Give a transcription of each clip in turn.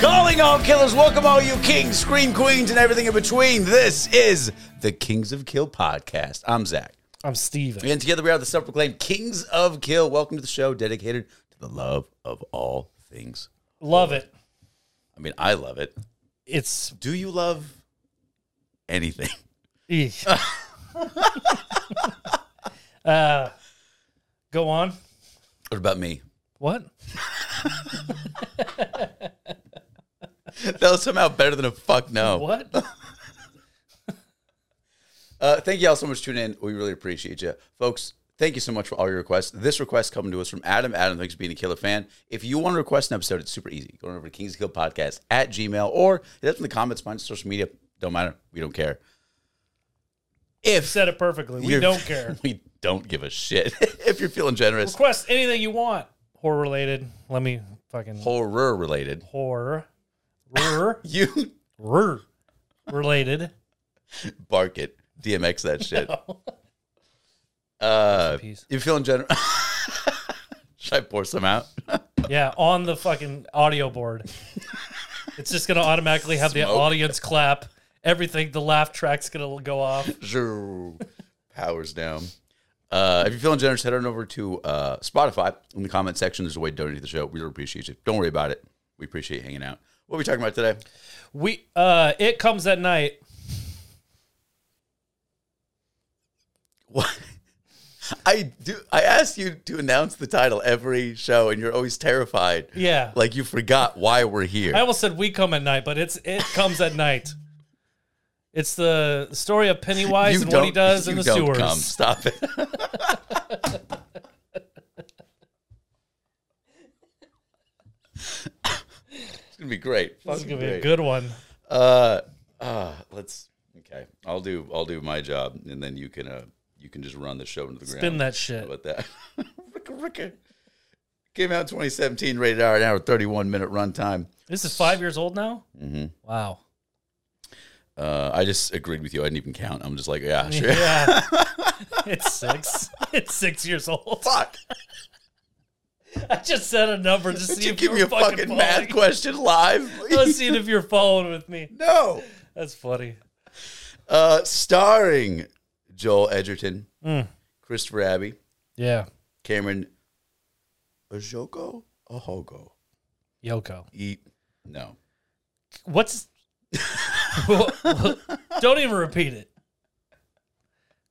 Calling all killers, welcome all you kings, scream queens, and everything in between. This is the Kings of Kill podcast. I'm Zach. I'm Steven. And together we are the self proclaimed Kings of Kill. Welcome to the show dedicated to the love of all things. Love it. I mean, I love it. It's Do you love anything? eeh. uh, go on. What about me? What? That was somehow better than a fuck no. What? Uh, thank you all so much for tuning in. We really appreciate you. Folks, thank you so much for all your requests. This request coming to us from Adam. Adam, thanks for being a killer fan. If you want to request an episode, it's super easy. Go on over to Kings Kill Podcast at Gmail or hit us in the comments, find us on social media. Don't matter. We don't care. If Said it perfectly. We you're- don't care. we don't give a shit. if you're feeling generous, Request anything you want. Horror related. Let me fucking horror related, horror. Rrr. you Rrr. Related. bark it. DMX that shit. Uh, Peace. you feeling generous? Should I pour some out? Yeah, on the fucking audio board. It's just gonna automatically have the Smoke. audience clap. Everything, the laugh track's gonna go off. Zhoo. powers down. Uh, if you're feeling generous, head on over to uh, Spotify in the comment section. There's a way to donate to the show. We really appreciate you. Don't worry about it. We appreciate you hanging out. What are we talking about today? We uh it comes at night. What? I do. I asked you to announce the title every show, and you're always terrified. Yeah. like you forgot why we're here. I almost said we come at night, but it's it comes at night. It's the story of Pennywise you and what he don't- does in you the don't sewers. Come. Stop it. it's gonna be great. This is Fucking gonna be a great. good one. Uh, uh, let's. Okay, I'll do. I'll do my job, and then you can. Uh, you can just run the show into the Spin ground. that How shit. about that? Ricka, ricka. Came out in 2017, rated R, an hour, 31 minute runtime. This is five years old now. Mm-hmm. Wow. Uh, I just agreed with you. I didn't even count. I'm just like, yeah, sure. Yeah. it's six. It's six years old. Fuck. I just said a number to see Did you if give you me were a fucking following. math question live? Let's see if you're following with me. no. That's funny. Uh, starring Joel Edgerton, Mm. Christopher Abbey, Yeah. Cameron Ojogo? Ohogo. Yoko. E- no. What's? Don't even repeat it.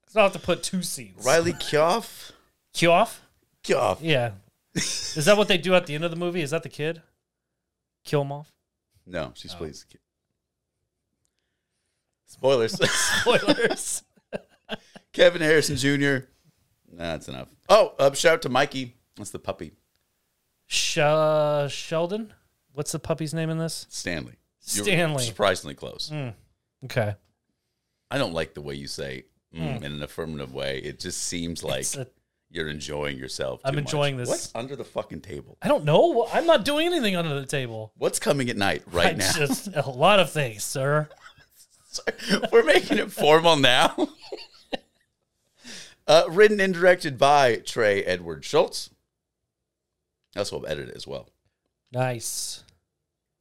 It's not have to put two scenes. Riley Kioff? Cue off. Kioff. Yeah. Is that what they do at the end of the movie? Is that the kid? Kill him off? No, she's Oh. plays. Spoilers. Spoilers. Kevin Harrison Jr. Nah, that's enough. Oh, uh, shout out to Mikey. That's the puppy. Sh- uh, Sheldon? What's the puppy's name in this? Stanley. Stanley. Hmm. Surprisingly close. Okay. I don't like the way you say mm, in an affirmative way. It just seems like Hmm. It's a- you're enjoying yourself. I'm too enjoying much. this. What's under the fucking table? I don't know. I'm not doing anything under the table. What's coming at night right now? It's just a lot of things, sir. Sorry. We're making it formal now. uh, written and directed by Trey Edward Schultz. That's what edited as well. Nice.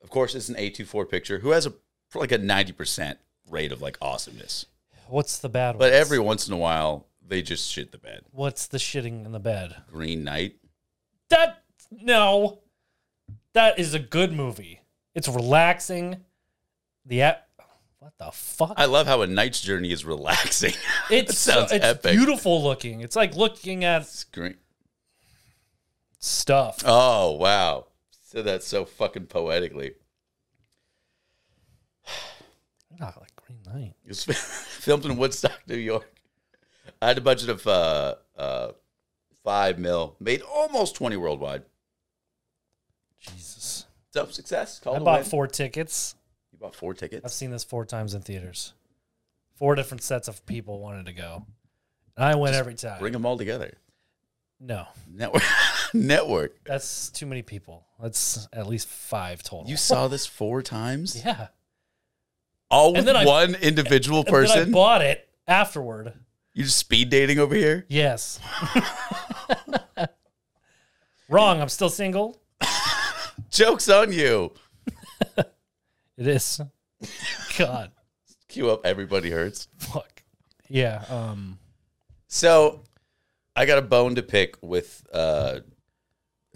Of course, it's an A24 picture who has a like a 90% rate of like awesomeness. What's the bad one? But every once in a while, they just shit the bed. What's the shitting in the bed? Green Knight. That no. That is a good movie. It's relaxing. The app. What the fuck? I love how a knight's journey is relaxing. It's so- sounds it's epic. beautiful looking. It's like looking at It's green. stuff. Oh, wow. Said that so fucking poetically. Not Ah, like Green Knight. It was filmed in Woodstock, New York. I had a budget of uh, uh, five mil, made almost 20 worldwide. Jesus. So success. Call I it a bought win. four tickets. You bought four I've tickets. seen this four times in theaters. Four different sets of people wanted to go. And I went every time. Bring them all together. no, Network. Network. that's too many people. That's at least five total. You saw this four times? yeah. All And with then I- one individual And then I person? bought it afterward. You're just speed dating over here? Yes. Wrong. I'm still single. Joke's on you. It is. God. Cue up Everybody Hurts. Fuck. Yeah. Um. So I got a bone to pick with uh,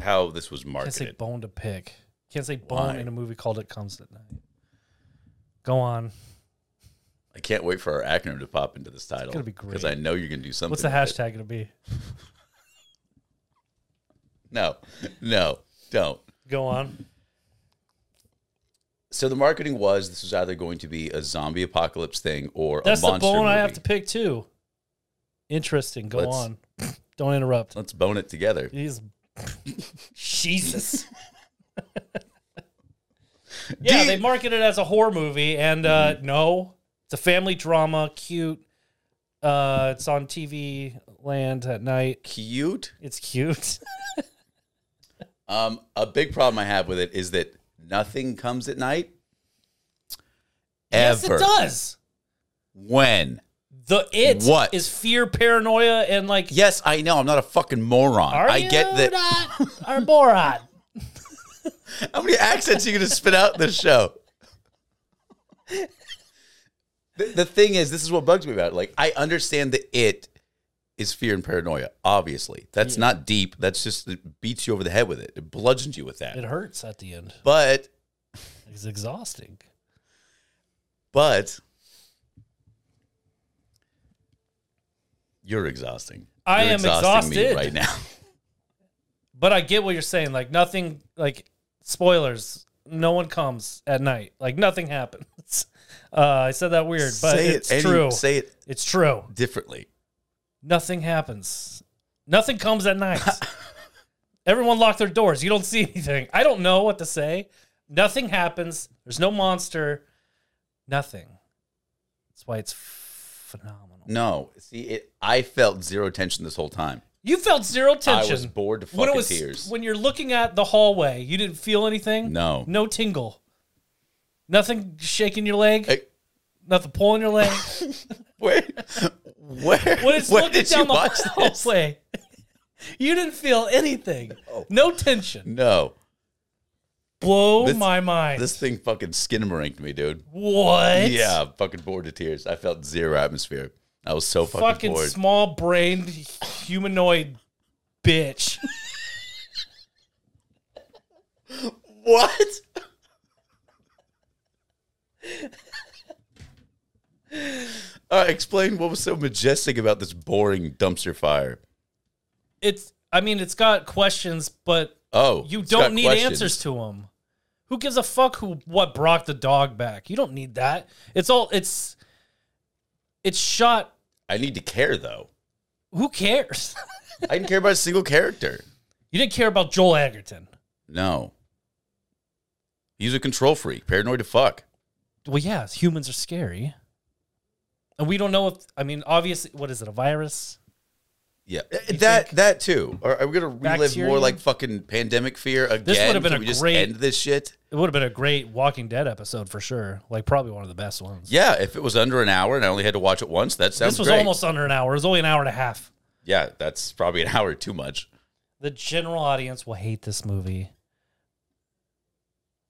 how this was Can't say marketed. bone to pick. Can't say bone Why? in a movie called It Comes at Night. Go on. I can't wait for our acronym to pop into this title. gonna be Because I great. know you're going to do something. What's the with it. hashtag gonna be? No, no, don't. Go on. So the marketing was this was either going to be a zombie apocalypse thing or That's a the monster bone I movie. have to pick too. Interesting. Go Let's- on. Don't interrupt. Let's bone it together. He's Jesus. yeah, they market it as a horror movie, and uh, Mm-hmm. no, it's a family drama. Cute. Uh, it's on TV land at night. Cute. It's cute. Um, a big problem I have with it is that nothing comes at night. yes, Ever. it does. When? The it is What? fear, paranoia, and like Yes, I know. I'm not a fucking moron. are I you get that. not our moron? How many accents are you going to spit out this show? The, the thing is, this is what bugs me about it. Like, I understand that it is fear and paranoia, obviously. That's not deep. That's just, it beats you over the head with it. It bludgeons you with that. It hurts at the end. but, It's exhausting. but, you're exhausting. I You're am me exhausted. right now. But I get what you're saying. Like nothing. Like spoilers. No one comes at night. Like nothing happens. Uh, I said that weird, but say it's it any- true. Say it it's true. differently. Nothing happens. Nothing comes at night. Everyone locked their doors. You don't see anything. I don't know what to say. Nothing happens. There's no monster. Nothing. That's why it's phenomenal. No, see, it. I felt zero tension this whole time. You felt zero tension. I was bored to fucking when it was tears. when you're looking at the hallway, you didn't feel anything. No. no tingle, nothing shaking your leg, Hey, nothing pulling your leg. where, where, When it's when looking did you down watch the this? Oh. hallway, you didn't feel anything. No, tension. No, Blow This- my mind. this thing fucking skinamarinked me, dude. what? Yeah, I'm fucking bored to tears. I felt zero atmosphere. I was so fucking, fucking bored. small brained humanoid bitch. what? All right, Uh, explain what was so majestic about this boring dumpster fire. It's. I mean, it's got questions, but Oh, You it's got don't need questions. answers to them. Who gives a fuck who what brought the dog back? You don't need that. It's all it's it's shot. I need to care though. Who cares? I didn't care about a single character. you didn't care about Joel Egerton. No. He's a control freak, paranoid to fuck. Well, yeah, humans are scary, and we don't know if I mean obviously what is it a virus? Yeah, Uh, that think- that too. Are, are we gonna relive more Bacteria? like fucking pandemic fear again? would've been Can a we just great- end this shit. It would have been a great Walking Dead episode for sure. Like probably one of the best ones. Yeah, if it was under an hour and I only had to watch it once, that sounds this was great. almost under an hour. It was only an hour and a half. yeah, that's probably an hour too much. the general audience will hate this movie.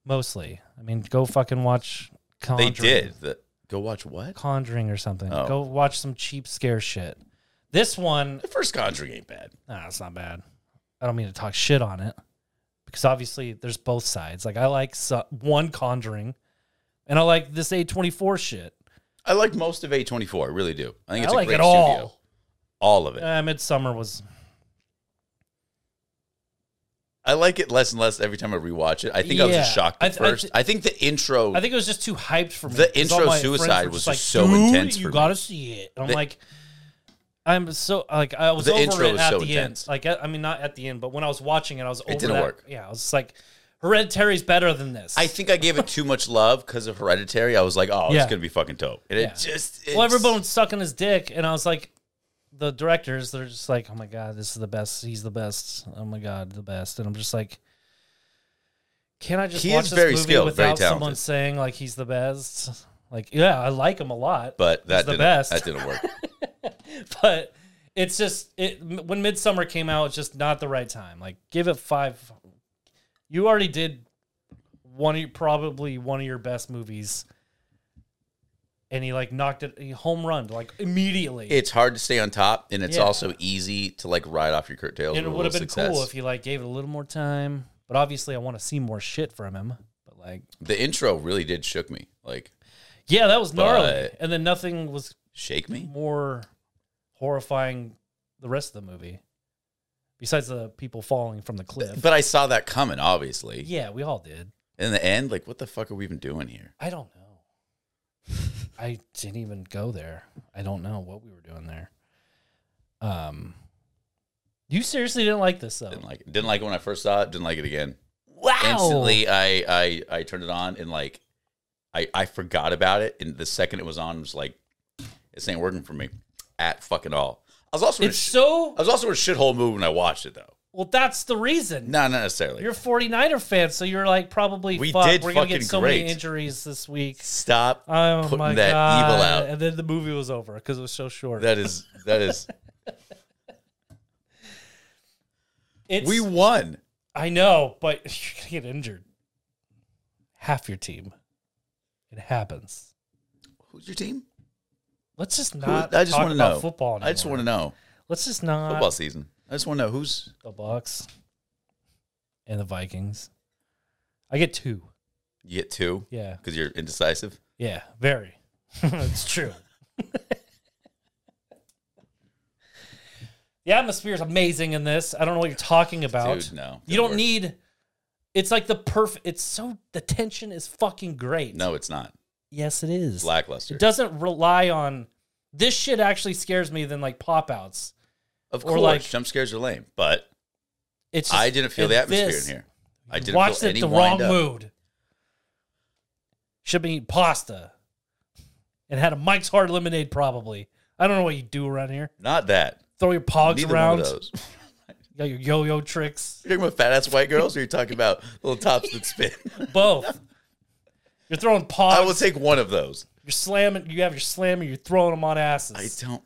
Mostly. I mean, go fucking watch They Conjuring. did. The- go watch what? Conjuring or something. Oh. Go watch some cheap scare shit. This one, The first Conjuring ain't bad. nah, it's not bad. I don't mean to talk shit on it because obviously there's both sides. Like, I like so- one Conjuring and I like this A24 shit. I like most of A24. I really do. I think I it's a like great it studio. all. All of it. Uh, Midsummer was. I like it less and less every time I rewatch it. I think I was Yeah. just shocked I at th- I th- first. I think the intro I think it was just too hyped for me. The 'cause intro all my suicide friends were was like, just so "Dude, intense You for me." gotta see it. And I'm The- like, I'm so like I was The over intro it was at so the intense. end. Like I, I mean, not at the end, but when I was watching it, I was over didn't that- work. Yeah, I was just like, Hereditary's better than this. I think I gave it too much love because of Hereditary. I was like, oh, Yeah. it's gonna be fucking dope, and Yeah. it just well, it's- everyone was sucking his dick, and I was like, the directors, they're just like, oh my god, this is the best. He's the best. Oh my god, the best. And I'm just like. Can I just He watch is this very movie skilled, very without someone talented. saying like he's the best? Like, yeah, I like him a lot. But that He's the didn't, best. That didn't work. but it's just it when midsummer came out it's just not the right time like give it five you already did one of your, probably one of your best movies. And he like knocked it he home run like immediately. It's hard to stay on top, and it's Yeah. also easy to like ride off your curtails. and it with a would have been little success. cool if he like gave it a little more time. But obviously, I want to see more shit from him. But like, the intro really did shook me. Like, yeah, that was gnarly. But- and then nothing was shake me. more horrifying the rest of the movie, besides the people falling from the cliff. But I saw that coming, obviously. yeah, we all did. In the end, like, what the fuck are we even doing here? I don't know. I didn't even go there. I don't know what we were doing there. Um, you seriously didn't like this though. Didn't like it. Didn't like it when I first saw it. Didn't like it again. wow! Instantly, I I I turned it on and like, I I forgot about it. And the second it was on, I was like, this ain't working for me at fucking all. I was also in a it's sh- so I was also in a shithole mood when I watched it though. well. That's the reason. No, not necessarily. You're a 49er fan, so you're like probably We fuck, did we're gonna get fucking so great. many injuries this week. Stop Oh putting my that god! evil out. And then the movie was over because it was so short. That is that is it's, we won. I know, but you're gonna get injured. Half your team. It happens. Who's your team? Let's just Who- not. I just talk want to about know football. Anymore. I just want to know Let's just not football season. I just want to know who's the Bucks and the Vikings. I get two. you get two Yeah, because you're indecisive. yeah, very. it's true. the atmosphere is amazing in this. I don't know what you're talking about. Dude, no, you don't Work. need. It's like the perfect. It's so the tension is fucking great. No, it's not Yes, it is. It's lackluster. It doesn't rely on this shit. Actually, scares me than like pop outs. of or course, like- jump scares are lame, but It's just, I didn't feel and the atmosphere this- in here. I didn't watched feel it any the wrong wind up. mood. Should be eating pasta. And had a Mike's Hard Lemonade probably. I don't know what you do around here. Not that. Throw your pogs Neither around. one of those. You got your yo-yo tricks. You're talking about fat ass white girls, or you're talking about little tops that spin. Both. you're throwing pogs. I will take one of those. you're slamming. You have your slammer. You're throwing them on I asses. don't.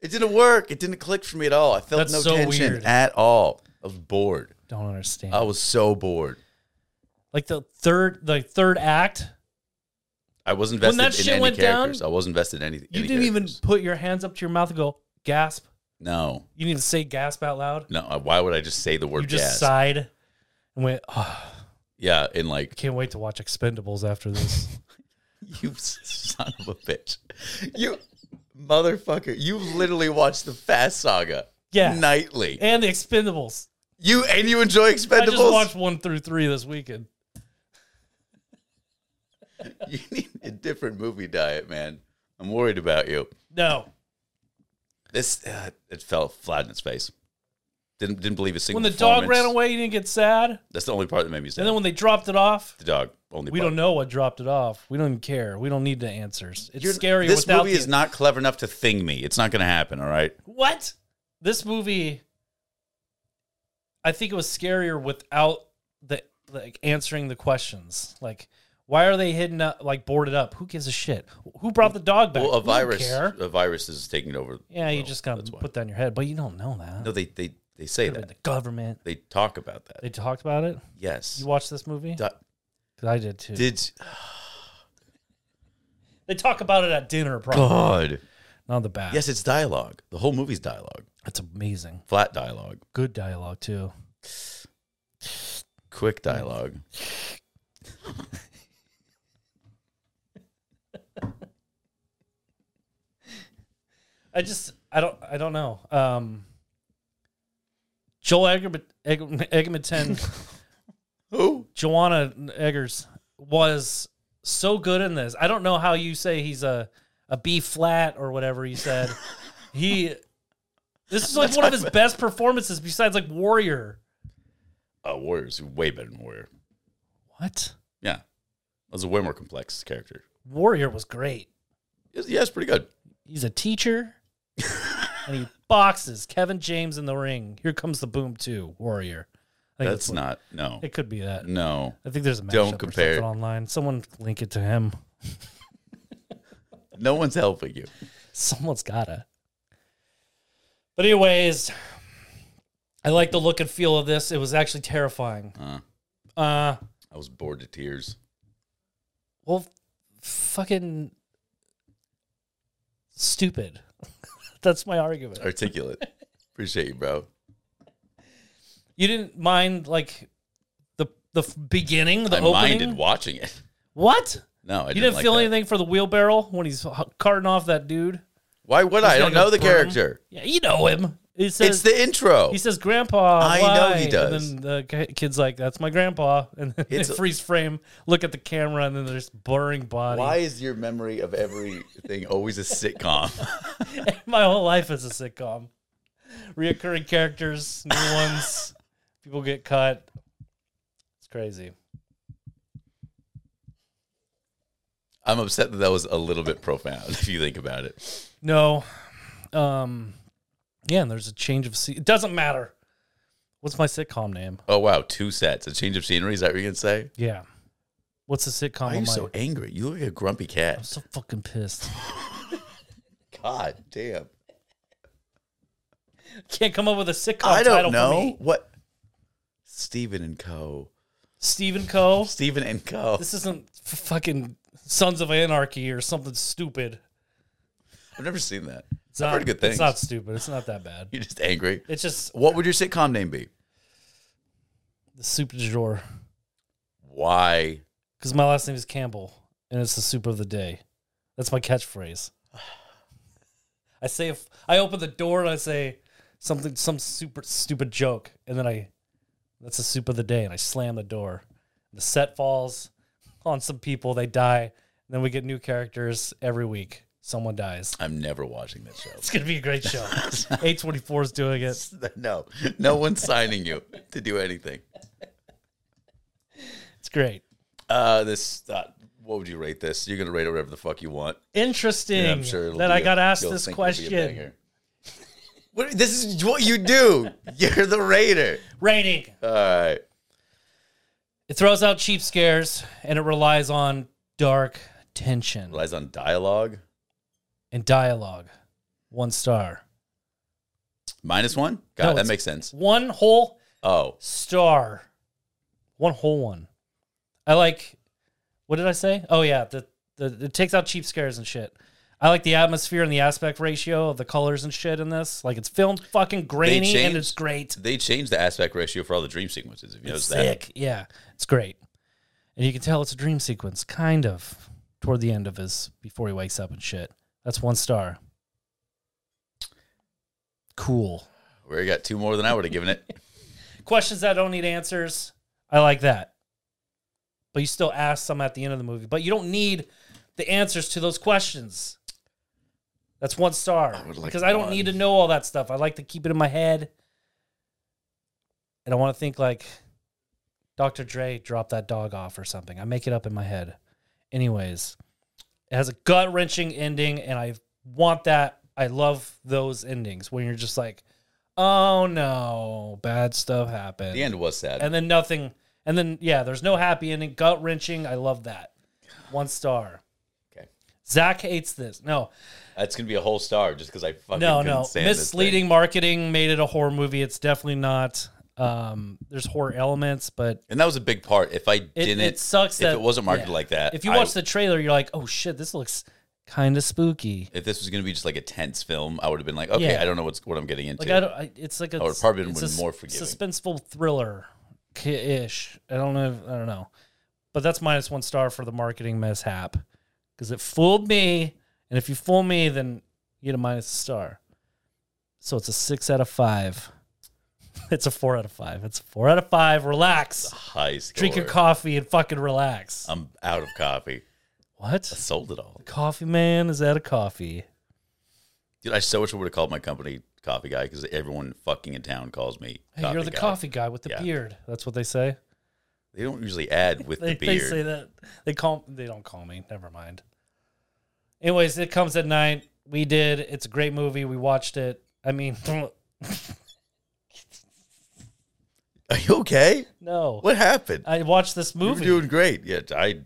it didn't work. It didn't click for me at all. I felt That's no so tension weird. at all. I was bored. don't understand. I was so bored. Like the third, the third act. I was that invested in shit any went down, characters. I was invested in anything. You didn't even put your hands up to your mouth and go gasp. even. No, You didn't say gasp out loud. no. I- Why would I just say the word You just jazz? sighed and went. "Ah." Yeah, and like Can't wait to watch Expendables after this. you, son of a bitch, you motherfucker. You literally watched the Fast Saga. Yeah. nightly. and the Expendables. you and you enjoy I just Expendables. watched one through three this weekend. You need a different movie diet, man. I'm worried about you. No. This uh, it fell flat in its face. Didn't didn't believe a single. When the dog performance. ran away, you didn't get sad. that's the only part that made me sad. And then when they dropped it off, the dog only. we part. don't know what dropped it off. We don't even care. We don't need the answers. It's You're- scary This without movie the- is not clever enough to thing me. It's not going to happen. All right. What? This movie I think it was scarier without the like answering the questions. Like why are they hidden up, like boarded up? Who gives a shit? Who brought the dog back? Well, a We don't virus. care. A virus is taking over. the Yeah, you world. just gotta That's why. put that in your head, but you don't know that. No, they they they say Could've that. been the government. They talk about that. They talked about it. yes. You watched this movie? Do- 'Cause I did too. did they talk about it at dinner, probably. God? Not the back. Yes, it's dialogue. The whole movie's dialogue. that's amazing. Flat dialogue. Good dialogue too. Quick dialogue. I just, I don't, I don't know. Um, Joel Egerton, Egerton Who? Joanna Eggers was so good in this. I don't know how you say he's a a B flat or whatever you said. he, this is like one of his best performances besides like Warrior. Uh, Warriors. Way better than Warrior. What? Yeah. That was a way more complex character. Warrior was great. Yes, yeah, it's pretty good. He's a teacher. and he boxes Kevin James in the ring. Here comes the boom two warrior. I think That's what- not. No. It could be that. No. I think there's a matchup Don't or compare. something online. Someone link it to him. No one's helping you. Someone's gotta. But anyways, I like the look and feel of this. It was actually terrifying. Uh. Uh, I was bored to tears. well, fucking stupid. That's my argument. Articulate. Appreciate you, bro. You didn't mind like the the f- beginning, the I opening. minded watching it. What? No, I You didn't like feel that. anything for the wheelbarrow when he's h- carting off that dude? Why would I? I don't gonna know the burn him? character. Yeah, you know him. He says It's the intro. he says grandpa. I know he why?" does. And then the ki- kid's like, "That's my grandpa." And then they It's a- freeze frame, look at the camera, and then there's burning body. Why is your memory of everything always a sitcom? My whole life is a sitcom. Reoccurring characters, new ones. People get cut. It's crazy. I'm upset that that was a little bit profound if you think about it. No. Um yeah, and there's a change of scene. It doesn't matter. What's my sitcom name? Oh wow, two sets, a change of scenery. Is that what you're gonna say? Yeah. What's the sitcom Why are on you Oh my so angry? You look like a grumpy I'm cat. so fucking pissed. God damn. Can't come up with a sitcom I don't title for know me. what. Stephen and Co. Stephen Co. Stephen and Co. This isn't f- fucking Sons of Anarchy or something stupid. I've never seen that. It's I've not heard good things. It's not stupid. It's not that bad. You're just angry. It's just What would your sitcom name be? the soup du jour. Why? Because my last name is Campbell, and it's the soup of the day. That's my catchphrase. I say if I open the door and I say something, some super stupid joke, and then I, that's the soup of the day, and I slam the door. The set falls on some people, they die, and then we get new characters every week. Someone dies. I'm never watching that show. It's gonna be a great show. A twenty four is doing it. no, no one's signing you to do anything. It's great. Uh, this. Uh, what would you rate this? You're gonna rate it whatever the fuck you want. Interesting I'm sure it'll that be I a- got asked you'll this think it'll be a question. banger. What, this is what you do. You're the raider. Rating. All right. It throws out cheap scares and it relies on dark tension Relies on dialogue. and dialogue. One star. Minus one. No, God, that it's- makes sense. One whole Oh, star. One whole one. I like what did I say? Oh yeah, the, the it takes out cheap scares and shit. I like the atmosphere and the aspect ratio of the colors and shit in this. Like it's filmed fucking grainy and changed- it's great. they changed the aspect ratio for all the dream sequences. If you notice that, Sick. Yeah, it's great. And you can tell it's a dream sequence, kind of, toward the end of his, before he wakes up and shit. That's one star. Cool. we already got two more than I would have given it. Questions that don't need answers. I like that. But you still ask some at the end of the movie, but you don't need the answers to those questions. That's one star. would like because I don't one. need to know all that stuff. I like to keep it in my head. And I want to think like Dr. Dre dropped that dog off or something. I make it up in my head. Anyways, it has a gut wrenching ending, and I want that. I love those endings when you're just like, oh no, bad stuff happened. The end was sad. And then nothing. And then, yeah, there's no happy ending. Gut wrenching. I love that. One star. Okay. Zach hates this. No, That's gonna be a whole star just because I fucking no, couldn't no. stand this thing. Misleading marketing made it a horror movie. It's definitely not. Um, there's horror elements, but And that was a big part. If I it, didn't, it sucks if that it wasn't marketed yeah. like that, If you I- watch the trailer, you're like, oh shit, this looks kind of spooky. if this was gonna be just like a tense film, I would have been like, okay, Yeah. I don't know what's what I'm getting into. Like I don't, I, it's like a I would've probably been it's more s- forgiving. suspenseful thriller ish. I don't know, if- I don't know, but that's minus one star for the marketing mishap because it fooled me, and if you fool me, then you get a minus star. So it's a six out of five. It's a four out of five. It's a four out of five. Relax. High score. Drink your coffee and fucking relax. I'm out of coffee. I what? sold it all. Coffee man is out of coffee. Dude, I so wish I would have called my company Coffee Guy because everyone fucking in town calls me. Hey, you're the Guy. coffee guy with the Yeah. beard. That's what they say. They don't usually add with they, the they beard. say that they call they don't call me never mind anyways it comes at night we did it's a great movie we watched it i mean Are you okay? no What happened? i watched this you were movie doing great. Yeah, I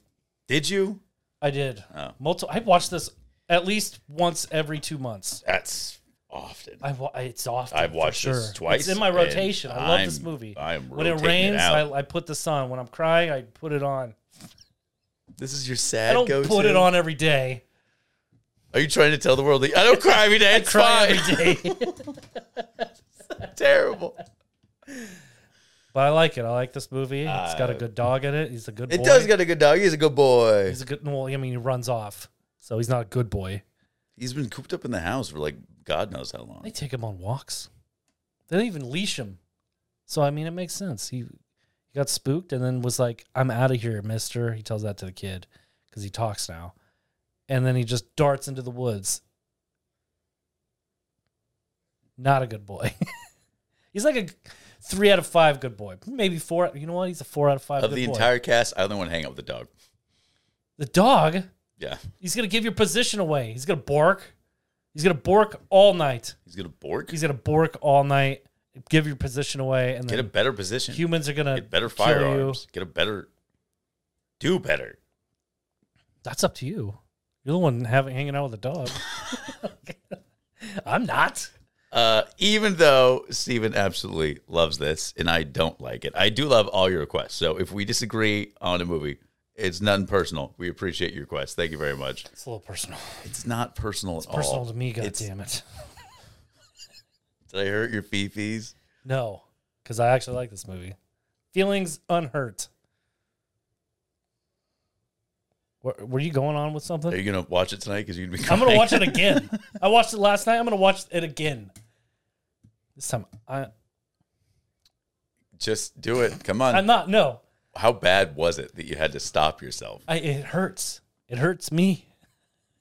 did you? i did Oh. multiple i watched this at least once every two months That's often. I wa- it's often. I've for watched sure. this twice. It's in my and rotation. I love this I'm- movie. I'm When it rotating rains, out. I, I put this on. When I'm crying, I put it on. This is your I sad don't go-to. put it on every day. Are you trying to tell the world that I don't cry every day? It's Cry fine. every day. Terrible. but I like it. I like this movie. it's got a Uh, good dog in it. He's a good. It boy. does got a good dog. He's a good boy. He's a good. Well, I mean, he runs off, so he's not a good boy. He's been cooped up in the house for like God knows how long. They take him on walks. They don't even leash him. So I mean, it makes sense. He he got spooked and then was like, "I'm out of here, Mister." He tells that to the kid because he talks now, and then he just darts into the woods. Not a good boy. he's like a three out of five good boy, maybe four. You know what? He's a four out of five. Of good the boy. entire cast, I only want to hang out with the dog. the dog, Yeah, he's gonna give your position away. He's gonna bark. He's gonna bark all night. he's gonna bork. He's gonna bork all night, give your position away, and Get a then better position. humans are gonna Get better kill firearms. You. Get a better. Do better. That's up to you. You're the one having hanging out with a dog. I'm not. Uh, even though Steven absolutely loves this and I don't like it, I do love all your requests. So if we disagree on a movie, it's nothing personal. We appreciate your requests. Thank you very much. It's a little personal. It's not personal at Personal all. to me, God Oh, It's- damn it. Did I hurt your fifis? No, because I actually like this movie. Feelings unhurt. Were, were you going on with something? Are you gonna watch it tonight? Because you'd be. I'm gonna crying. watch it again. I watched it last night. I'm gonna watch it again. This time, I, Just do it. Come on. I'm not. No, How bad was it that you had to stop yourself? I, it hurts. It hurts me.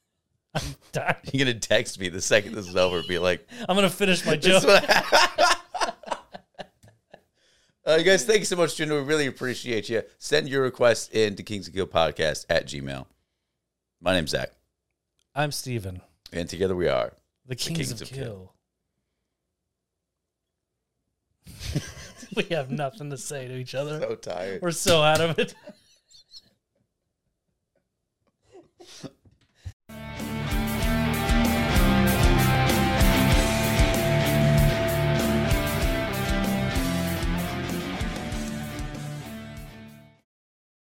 I'm dying. You're gonna text me the second this is over. and Be like, I'm gonna finish my This joke. is what uh, you guys, thank you so much, Juno. We really appreciate you. Send your requests in to Kings of Guild Podcast at Gmail. My name's Zach, I'm Steven. and together we are. The Kings, Kings of, of Kill. we have nothing to say to each other. So tired. We're so out of it.